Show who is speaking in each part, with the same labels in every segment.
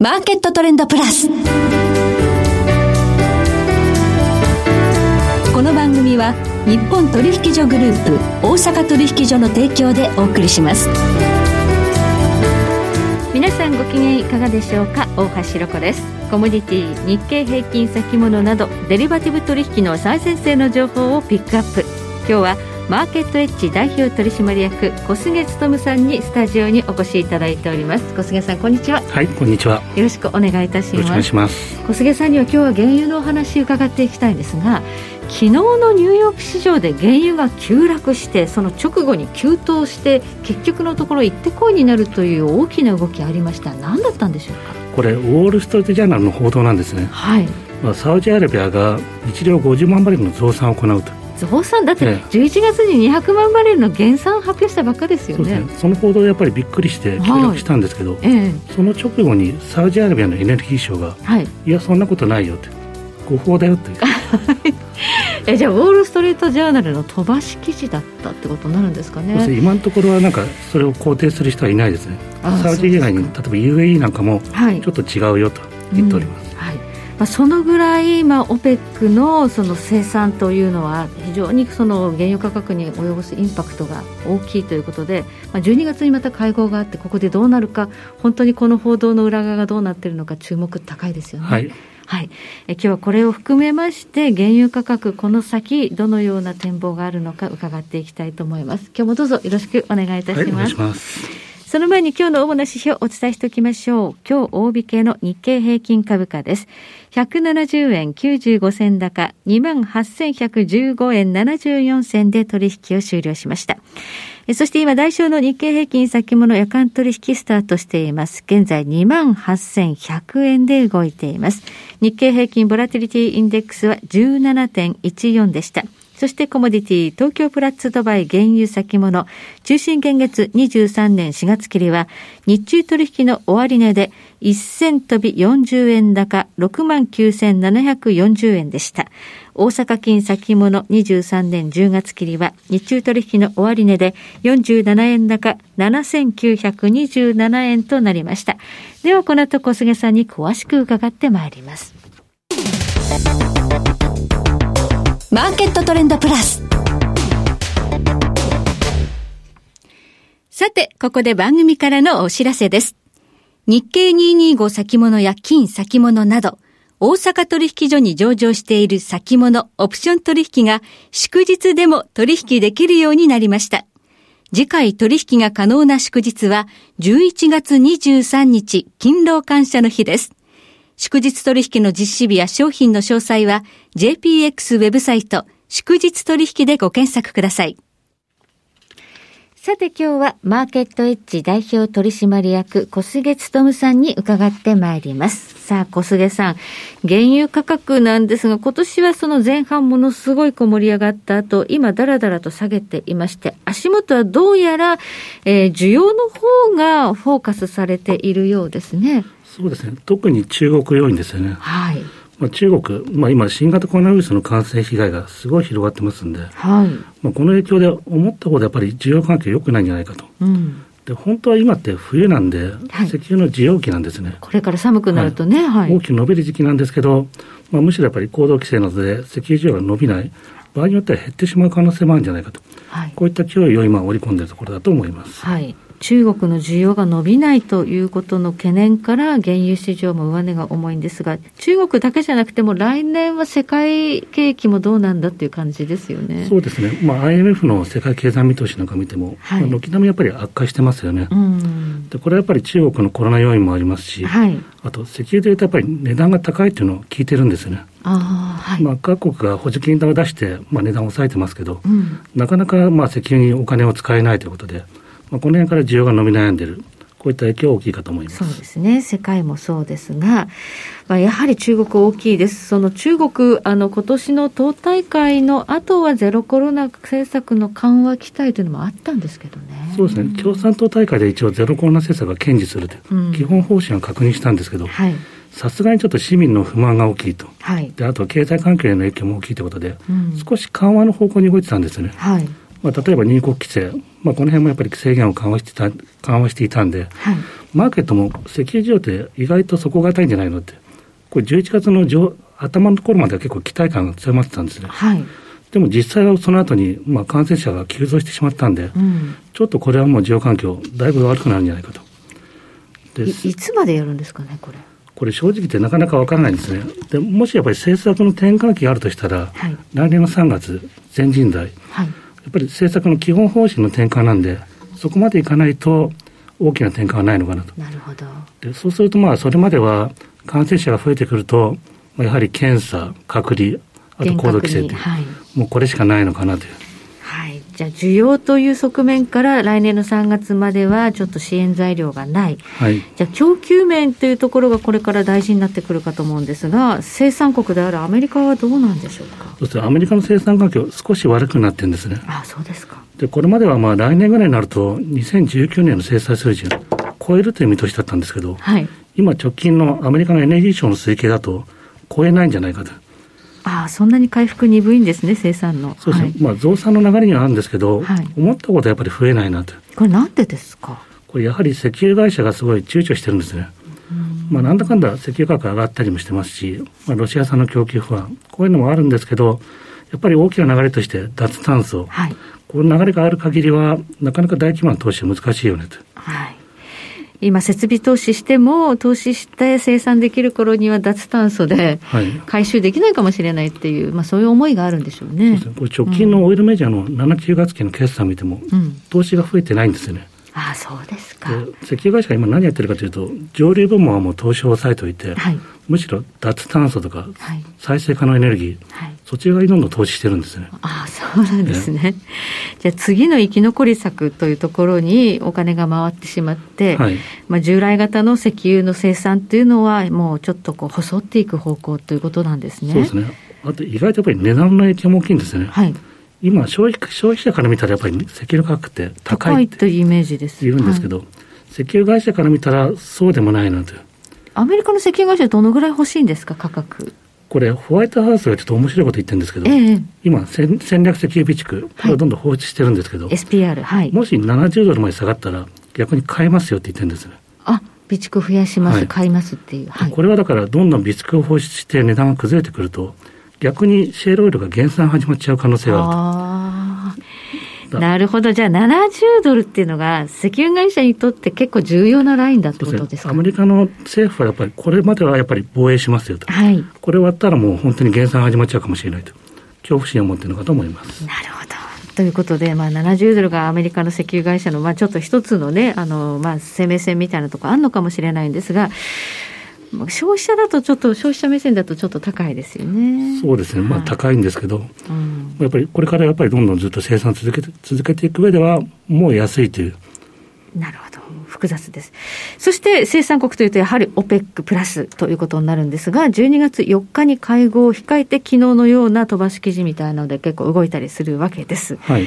Speaker 1: マーケットトレンドプラス。この番組は日本取引所グループ大阪取引所の提供でお送りします。
Speaker 2: 皆さんご機嫌いかがでしょうか大橋ろ子ですコモディティ日経平均先物などデリバティブ取引の最先生の情報をピックアップ今日はマーケットエッジ代表取締役小菅勤さんにスタジオにお越しいただいております小菅さんこんにちはよ
Speaker 3: はい、こんにちは。よ
Speaker 2: ろしくお願いいたし
Speaker 3: ろしくお願
Speaker 2: ま
Speaker 3: い
Speaker 2: す
Speaker 3: します。
Speaker 2: 小菅さんには今日は原油のお話伺っていきたいんですが昨日のニューヨーク市場で原油が急落してその直後に急騰して結局のところ一手こいになるという大きな動きありました何だったんでしょうか
Speaker 3: これ、ウォール・ストリート・ジャーナルの報道なんですね。
Speaker 2: はい
Speaker 3: まあサウジアラビアが日量50万バレルの増産を行うと。
Speaker 2: 増産だって
Speaker 3: え
Speaker 2: 11月に200万バレルの減産発表したばっかですよ
Speaker 3: そうです
Speaker 2: ね
Speaker 3: ね。その報道でやっぱりびっくりし
Speaker 2: は
Speaker 3: て
Speaker 2: い
Speaker 3: 協力したんですけど、
Speaker 2: ええ
Speaker 3: その直後にサウジアラビアのエネルギー省が、
Speaker 2: はい、
Speaker 3: いや、そんなことないよって。誤報だよって。
Speaker 2: えじゃあウォール・ストリート・ジャーナルの飛ばし記事だったってことになるんですか
Speaker 3: 要する
Speaker 2: ね
Speaker 3: に今のところはなんか、それを肯定する人はいないですね。
Speaker 2: ああ
Speaker 3: サウジ以外に、
Speaker 2: そ
Speaker 3: 例えば UAE なんかも、
Speaker 2: はい
Speaker 3: ちょっと違うよと言っております。
Speaker 2: うんはいまあ、そのぐらい、まあ、OPEC のその生産というのは非常にその原油価格に及ぼすインパクトが大きいということで、まあ、12月にまた会合があってここでどうなるか本当にこの報道の裏側がどうなっているのか注目高いですよね。
Speaker 3: はい。
Speaker 2: はい、え今日はこれを含めまして原油価格この先どのような展望があるのか伺っていきたいと思います。今日もどうぞよろしくお願いいたし
Speaker 3: はい、お願
Speaker 2: ま
Speaker 3: い
Speaker 2: す
Speaker 3: し。ます。
Speaker 2: その前に今日の主な指標をお伝えしておきましょう。今日大引けの日経平均株価です。170円95銭高、28,115円74銭で取引を終了しました。えそして今、代償の日経平均先物夜間取引スタートしています。現在28,100円で動いています。日経平均ボラティリティインデックスは17.14でした。そしてコモディティ、東京プラッツドバイ原油先物、中心現月23年4月切りは、日中取引の終値で1000飛び40円高69,740円でした。大阪金先物23年10月切りは、日中取引の終値で47円高7927円となりました。ではこの後小菅さんに詳しく伺ってまいります。
Speaker 1: マーケットトレンドプラス。さて、ここで番組からのお知らせです。日経225先物や金先物など、大阪取引所に上場している先物、オプション取引が祝日でも取引できるようになりました。次回取引が可能な祝日は11月23日勤労感謝の日です。祝日取引の実施日や商品の詳細は JPX ウェブサイト祝日取引でご検索ください。
Speaker 2: さて今日はマーケットエッジ代表取締役小菅勤さんに伺ってまいります。さあ小菅さん、原油価格なんですが今年はその前半ものすごいこう盛り上がった後、今だらだらと下げていまして、足元はどうやら、えー需要の方がフォーカスされているようですね。
Speaker 3: そうですね。特に中国要因ですよね。
Speaker 2: はい。
Speaker 3: まあ、中国、まあ、今、新型コロナウイルスの感染被害がすごい広がってますんで、
Speaker 2: はい。
Speaker 3: まあ、この影響で思ったほどやっぱり需要関係良くないんじゃないかと。
Speaker 2: うん。
Speaker 3: で、本当は今って冬なんで、
Speaker 2: はい
Speaker 3: 石油の需要期なんですね。
Speaker 2: これから寒くなるとね、はい。
Speaker 3: 大きく伸びる時期なんですけど、まあ、むしろやっぱり行動規制などで石油需要が伸びない、場合によっては減ってしまう可能性もあるんじゃないかと。
Speaker 2: はい
Speaker 3: こういった脅威を今織り込んでいるところだと思います。
Speaker 2: はい、中国の需要が伸びないということの懸念から原油市場も上値が重いんですが中国だけじゃなくても来年は世界景気もどうなんだっていう感じですよね。
Speaker 3: そうですね。まあ、IMF の世界経済見通しなんか見ても、
Speaker 2: はい
Speaker 3: まあ軒並みやっぱり悪化してますよね。
Speaker 2: うん
Speaker 3: で、これはやっぱり中国のコロナ要因もありますし、
Speaker 2: はい、
Speaker 3: あと石油でいうとやっぱり値段が高いっていうのを聞いてるんですよね。
Speaker 2: あーはい、
Speaker 3: まあ、各国が補助金を出して、まあ、値段を抑えてますけど、
Speaker 2: うん
Speaker 3: なかなかまあ石油にお金を使えないということで、まあ、この辺から需要が伸び悩んでいる、こういった影響は大きいかと思いま
Speaker 2: そう
Speaker 3: す。
Speaker 2: ですね世界もそうですが、まあ、やはり中国大きいです、その中国、あの今年の党大会の後はゼロコロナ政策の緩和期待というのもあったんですけどね。
Speaker 3: そうですね、共産党大会で一応、ゼロコロナ政策が堅持すると
Speaker 2: うん
Speaker 3: 基本方針は確認したんですけど、
Speaker 2: はい、
Speaker 3: さすがにちょっと市民の不満が大きいと、
Speaker 2: はい
Speaker 3: であとは経済関係の影響も大きいということで、
Speaker 2: うん
Speaker 3: 少し緩和の方向に動いてたんですよね。
Speaker 2: はい
Speaker 3: まあ、例えば入国規制、まあ、この辺もやっぱり制限を緩和してた緩和していたんで、
Speaker 2: はい
Speaker 3: まマーケットも石油需要って意外と底堅いんじゃないのって、これ11月の上頭のところまでは結構期待感が強まってたんですね。
Speaker 4: はい。
Speaker 3: でも実際はその後に、まあ、感染者が急増してしまったんで、
Speaker 4: うん。
Speaker 3: ちょっとこれはもう需要環境、だいぶ悪くなるんじゃないかと。で
Speaker 4: いいつまでやるんですかね、これ。
Speaker 3: これ正直言ってなかなかわからないんですね。でもしやっぱり政策の転換期があるとしたら、
Speaker 4: はい。
Speaker 3: 来年の3月、全人代、や
Speaker 4: はい。
Speaker 3: っぱり政策の基本方針の転換なんで、そこまでいかないと大きな転換はないのかなと。
Speaker 4: なるほど。
Speaker 3: でそうすると、まあ、それまでは感染者が増えてくると、まあやはり検査、隔離、あと行動規制
Speaker 4: 厳
Speaker 3: っ
Speaker 4: 格
Speaker 3: て
Speaker 4: に、はい。
Speaker 3: もうこれしかないのかなという。
Speaker 4: はい。じゃあ、需要という側面から来年の3月まではちょっと支援材料がない。
Speaker 3: はい。
Speaker 4: じゃあ、供給面というところがこれから大事になってくるかと思うんですが、生産国であるアメリカはどうなんでしょうか。
Speaker 3: そしてアメリカの生産環境、少し悪くなってるんですね。
Speaker 4: ああ、そうですか。
Speaker 3: で、これまではまあ来年ぐらいになると、2019年の生産水準、超えるという見通しだったんですけど、
Speaker 4: はい。
Speaker 3: 今直近のアメリカのエネルギー省の推計だと、超えないんじゃないかと。
Speaker 4: ああ、そんなに回復鈍いんですね、生産の。
Speaker 3: そうです
Speaker 4: は
Speaker 3: ね
Speaker 4: い。。
Speaker 3: まあ増産の流れにはあるんですけど、
Speaker 4: はい
Speaker 3: 思ったことはやっぱり増えないなと。
Speaker 4: これなんでですか。
Speaker 3: これやはり石油会社がすごい躊躇してるんですね。まあなんだかんだ石油価格上がったりもしてますし、まあロシア産の供給不安、こういうのもあるんですけど、やっぱり大きな流れとして脱炭素、
Speaker 4: はい。
Speaker 3: この流れがある限りは、なかなか大規模な投資は難しいよねと。
Speaker 4: はい。今、設備投資しても、投資して生産できる頃には脱炭素で、
Speaker 3: はい。
Speaker 4: 回収できないかもしれないっていう、まあ、そういう思いがあるんでしょうね。
Speaker 3: これ直近のオイルメジャーの7、9月期の決算見ても、
Speaker 4: うん。
Speaker 3: 投資が増えてないんですよね。
Speaker 4: ああ、そうですか。
Speaker 3: で石油会社が今何やってるかというと、上流部門はもう投資を抑えておいて、
Speaker 4: はい。
Speaker 3: むしろ脱炭素とか
Speaker 4: はい。
Speaker 3: 再生可能エネルギー、
Speaker 4: はい。
Speaker 3: そっち側にどんどん投資してるんですね。
Speaker 4: ああ、そうなんですね。じゃあ、次の生き残り策というところにお金が回ってしまって、
Speaker 3: はい。
Speaker 4: まあ、従来型の石油の生産というのは、もうちょっとこう、細っていく方向ということなんですね。
Speaker 3: そうですね。あと意外とやっぱり値段の影響も大きいんですよね。
Speaker 4: はい。
Speaker 3: 今消費、消費者から見たらやっぱり石油の価格って
Speaker 4: 高
Speaker 3: 高い
Speaker 4: い
Speaker 3: っ
Speaker 4: と
Speaker 3: て
Speaker 4: いうイメージです。
Speaker 3: 言うんですけ
Speaker 4: はい
Speaker 3: ど、石油会社から見たらそうでもないなと。
Speaker 4: アメリカの石油会社どのぐらい欲しいんですか、価格。
Speaker 3: これ、ホワイトハウスがちょっと面白いこと言ってるんですけど、
Speaker 4: ええ、
Speaker 3: 今戦、戦略石油備蓄、これをどんどん放置してるんですけど、
Speaker 4: SPR、はい。
Speaker 3: もし70ドルまで下がったら、逆に買えますよって言ってるんですね。
Speaker 4: あ、備蓄増やします、
Speaker 3: はい
Speaker 4: 買いますっていう。はい。
Speaker 3: これはだから、どんどん備蓄を放出して値段が崩れてくると、逆にシェールオイルが減産始まっちゃう可能性があると。
Speaker 4: ああ。
Speaker 3: だ
Speaker 4: なるほど。じゃあ、70ドルっていうのが、石油会社にとって結構重要なラインだって
Speaker 3: そ
Speaker 4: こ
Speaker 3: う
Speaker 4: と
Speaker 3: で
Speaker 4: ですす
Speaker 3: ね。
Speaker 4: か、
Speaker 3: アメリカの政府はやっぱり、これまではやっぱり防衛しますよと。
Speaker 4: はい。なる
Speaker 3: これ終わったらもう本当に減産始まっちゃうかもしれないと。恐怖心を持っているのかと思います。
Speaker 4: ほど。ということで、まあ、70ドルがアメリカの石油会社の、まあ、ちょっと一つのね、あの、まあ、生命線みたいなとこあるのかもしれないんですが、まあ消費者だとちょっと、消費者目線だとちょっと高いですよね。
Speaker 3: そうですね。まあ高いんですけど、
Speaker 4: うん。
Speaker 3: やっぱりこれからやっぱりどんどんずっと生産続けて、続けていく上では、もう安いという。
Speaker 4: なるほど。複雑です。そして生産国というとやはり OPEC プラスということになるんですが、12月4日に会合を控えて昨日のような飛ばし記事みたいなので結構動いたりするわけです。
Speaker 3: はい。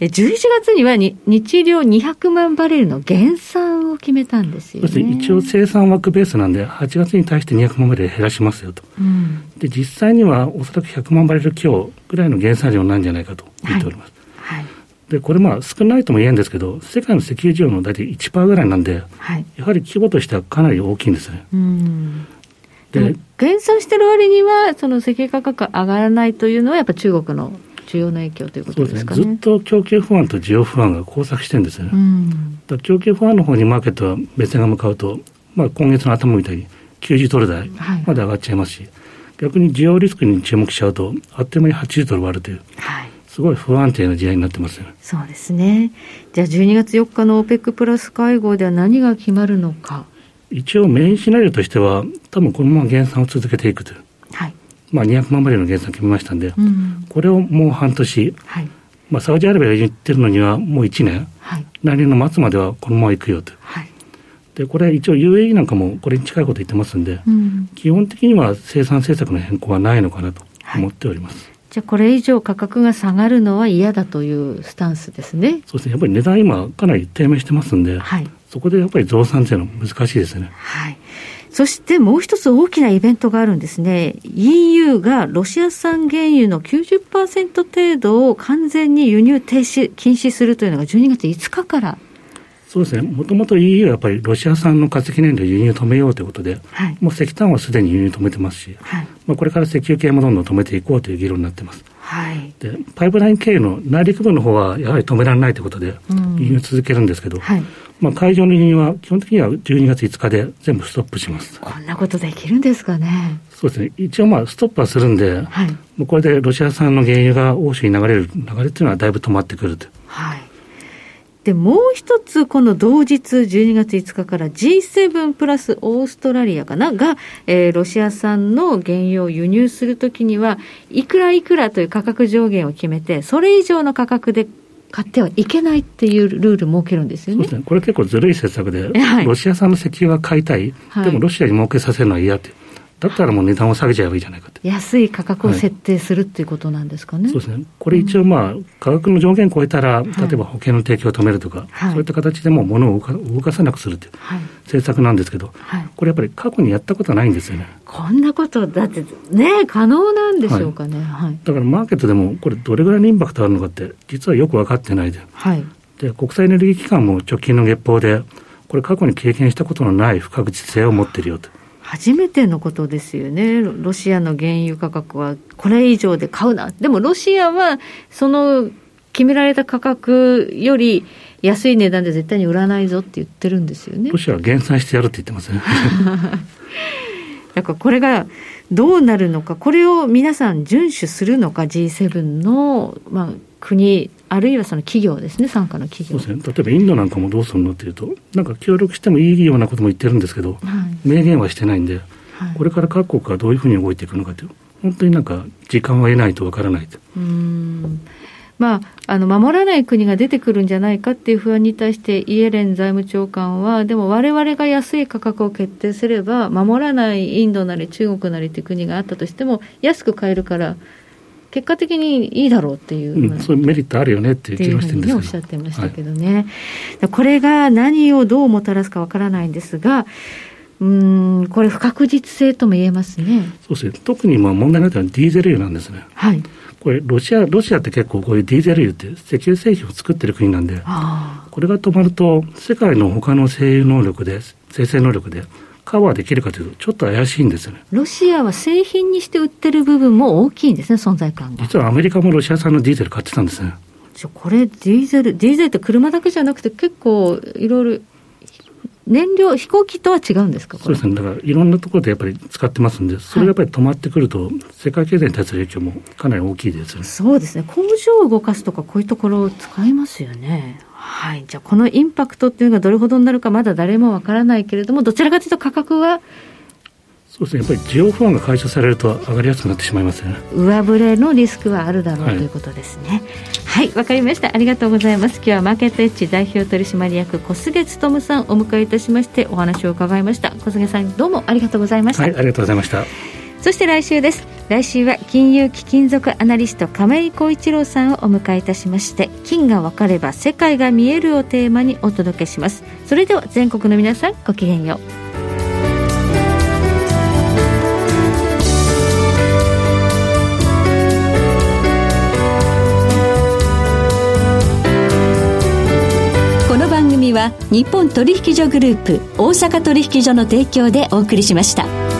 Speaker 4: え11月にはに日量200万バレルの減産を決めたんですよ
Speaker 3: そして
Speaker 4: ね。
Speaker 3: 一応生産枠ベースなんで、8月に対して200万バレル減らしますよと。
Speaker 4: うん。
Speaker 3: で、実際にはおそらく100万バレル強ぐらいの減産量なんじゃないかと言っております。
Speaker 4: はい。
Speaker 3: で、これまあ少ないとも言えんですけど、世界の石油需要の大体1%ぐらいなんで、
Speaker 4: はい。
Speaker 3: やはり規模としてはかなり大きいんですね。
Speaker 4: うん。で
Speaker 3: で
Speaker 4: も、減産してる割には、その石油価格が上がらないというのはやっぱ中国の需要の影響というこ
Speaker 3: そ
Speaker 4: と
Speaker 3: うで
Speaker 4: です
Speaker 3: す
Speaker 4: か
Speaker 3: ね。
Speaker 4: ね。
Speaker 3: ずっと供給不安と需要不安が交錯してるんですよね。
Speaker 4: うん。
Speaker 3: だから供給不安の方にマーケットは目線が向かうと、まあ、今月の頭みたいに90ドル台
Speaker 4: はい
Speaker 3: まで上がっちゃいますし、逆に需要リスクに注目しちゃうと、あっという間に80ドル割るという、
Speaker 4: はい。
Speaker 3: すごい不安定な時代になってますよね。
Speaker 4: そうですね。じゃあ12月4日の OPEC プラス会合では何が決まるのか。
Speaker 3: 一応メインシナリオとしては、多分このまま減産を続けていくという、
Speaker 4: はい。
Speaker 3: まあ、200万バレルの減産決めましたんで、
Speaker 4: うん。
Speaker 3: これをもう半年、
Speaker 4: はい。
Speaker 3: まあ、サウジアラビアが言ってるのにはもう1年、
Speaker 4: はい。
Speaker 3: 来年の末まではこのまま行くよと。
Speaker 4: はい。
Speaker 3: で、これ一応 UAE なんかもこれに近いこと言ってますんで、
Speaker 4: うん。
Speaker 3: 基本的には生産政策の変更はないのかなと思っております。
Speaker 4: じゃあこれ以上価格が下がるのは嫌だというスタンスですね。
Speaker 3: そうですね、やっぱり値段今かなり低迷してますんで、
Speaker 4: はい。
Speaker 3: そこでやっぱり増産っていうのは難しいですね。
Speaker 4: はい。そしてもう一つ大きなイベントがあるんですね。EU がロシア産原油の90%程度を完全に輸入停止、禁止するというのが12月5日から
Speaker 3: そうですね、もともと EU はやっぱりロシア産の化石燃料輸入を止めようということで、
Speaker 4: はい
Speaker 3: もう石炭はすでに輸入止めてますし、
Speaker 4: はい
Speaker 3: まあ、これから石油系もどんどん止めていこうという議論になってます。
Speaker 4: はい
Speaker 3: でパイプライン経由の内陸部の方はやはり止められないということで、
Speaker 4: うん
Speaker 3: 輸入続けるんですけど、
Speaker 4: はい
Speaker 3: まあ、海上の輸入は基本的には12月5日で全部ストップします。
Speaker 4: こんなことできるんですかね
Speaker 3: そうですね、一応まあストップはするんで、
Speaker 4: はい
Speaker 3: もうこれでロシア産の原油が欧州に流れる流れっていうのはだいぶ止まってくると。
Speaker 4: はいでもう一つ、この同日12月5日から G7 プラスオーストラリアかなが、えーロシア産の原油を輸入するときには、いくらいくらという価格上限を決めて、それ以上の価格で買ってはいけないっていうルール設けるんですよ
Speaker 3: そう
Speaker 4: ね
Speaker 3: です。ね、これ結構ずるい政策で、
Speaker 4: はい
Speaker 3: ロシア産の石油は買いたい、
Speaker 4: はい
Speaker 3: でもロシアに儲けさせるのは嫌って、だったらもう値段を下げちゃえばいいじゃないかって。
Speaker 4: 安い価格を設定するっていうことなんですかね。
Speaker 3: そうですね。これ一応まあ、価格の上限を超えたら、例えば保険の提供を止めるとか、
Speaker 4: はい
Speaker 3: そういった形でもう物を動か動かさなくするっていう
Speaker 4: はい。
Speaker 3: 政策なんですけど、
Speaker 4: はい。
Speaker 3: これやっぱり過去にやったことはないんですよね。
Speaker 4: こんなこと、だってね、可能なんでしょうかね。はい。
Speaker 3: だからマーケットでもこれどれぐらいのインパクトあるのかって、実はよく分かってないで。
Speaker 4: はい。
Speaker 3: で、国際エネルギー機関も直近の月報で、これ過去に経験したことのない不確実性を持ってるよと。
Speaker 4: 初めてのことですよね、ロロシアの原油価格はこれ以上で買うな、でもロシアはその決められた価格より安い値段で絶対に売らないぞって言ってるんですよね
Speaker 3: ロ。シアは減産してやるって言ってますね。
Speaker 4: だからこれがどうなるのか、これを皆さん遵守するのか、G7 の、まあ、国、あるいはその企業ですね、傘下の企
Speaker 3: そう
Speaker 4: 業。
Speaker 3: ですね。例えばインドなんかもどうするのっていうと、なんか協力してもいいようなことも言ってるんですけど、
Speaker 4: はい
Speaker 3: 明言はしてないんで、
Speaker 4: はい
Speaker 3: これから各国がどういうふうに動いていくのかという、本当になんか時間は得ないとわからないと。
Speaker 4: うーんまあ、あの守らない国が出てくるんじゃないかっていう不安に対してイエレン財務長官はでも我々が安い価格を決定すれば守らないインドなり中国なりっていう国があったとしても安く買えるから結果的にいいだろうっていう、
Speaker 3: うん、そういうメリットあるよねっていう
Speaker 4: って
Speaker 3: 議
Speaker 4: いう
Speaker 3: 論
Speaker 4: ふ
Speaker 3: し
Speaker 4: う
Speaker 3: てるん
Speaker 4: に
Speaker 3: で
Speaker 4: ね、おっ
Speaker 3: す
Speaker 4: し
Speaker 3: け
Speaker 4: ゃっ
Speaker 3: ど。
Speaker 4: てましたけどね、これが何をどうもたらすかわからないんですがうーんこれ不確実性とも言えますね。
Speaker 3: そうですね。特にまあ問題になったのはディーゼル油なんですね。
Speaker 4: はい、
Speaker 3: これロシア、ロシアって結構こういうディーゼル油って石油製品を作ってる国なんで、
Speaker 4: あ
Speaker 3: これが止まると世界の他の製油能力で、生成能力でカバーできるかというとちょっと怪しいんですよね。
Speaker 4: ーロシアは製品にして売ってる部分も大きいんですね存在感が。
Speaker 3: 実はアメリカもロシア産のディーゼル買ってたんですね。
Speaker 4: じゃあこれディーゼルディーゼルって車だけじゃなくて結構いろいろ燃料飛行機とは違うんですかこ
Speaker 3: そう
Speaker 4: れ
Speaker 3: ですね。だからいろんなところでやっぱり使ってますんで、それがやっぱり止まってくると、世界経済に対する影響もかなり大きいですよね。
Speaker 4: そうですね工場を動かすとかこういうところを使いますよねはいじゃあこのインパクトっていうのがどれほどになるかまだ誰もわからないけれどもどちらかというと価格は
Speaker 3: そうですね。やっぱり需要不安が解消されると上がりやすくなってしまいますよね。
Speaker 4: 上振れのリスクはあるだろうと
Speaker 3: はい
Speaker 4: いうことですねはいわ、かりましたありがとうございます今日はマーケットエッジ代表取締役小菅勉さんをお迎えいたしましてお話を伺いました小菅さんどうもありがとうございました、
Speaker 3: はい、ありがとうございました。
Speaker 4: そして来週です来週は金融貴金属アナリスト亀井浩一郎さんをお迎えいたしまして金が分かれば世界が見えるをテーマにお届けしますそれでは全国の皆さんごきげんよう
Speaker 2: この番組は日本取引所グループ大阪取引所の提供でお送りしました。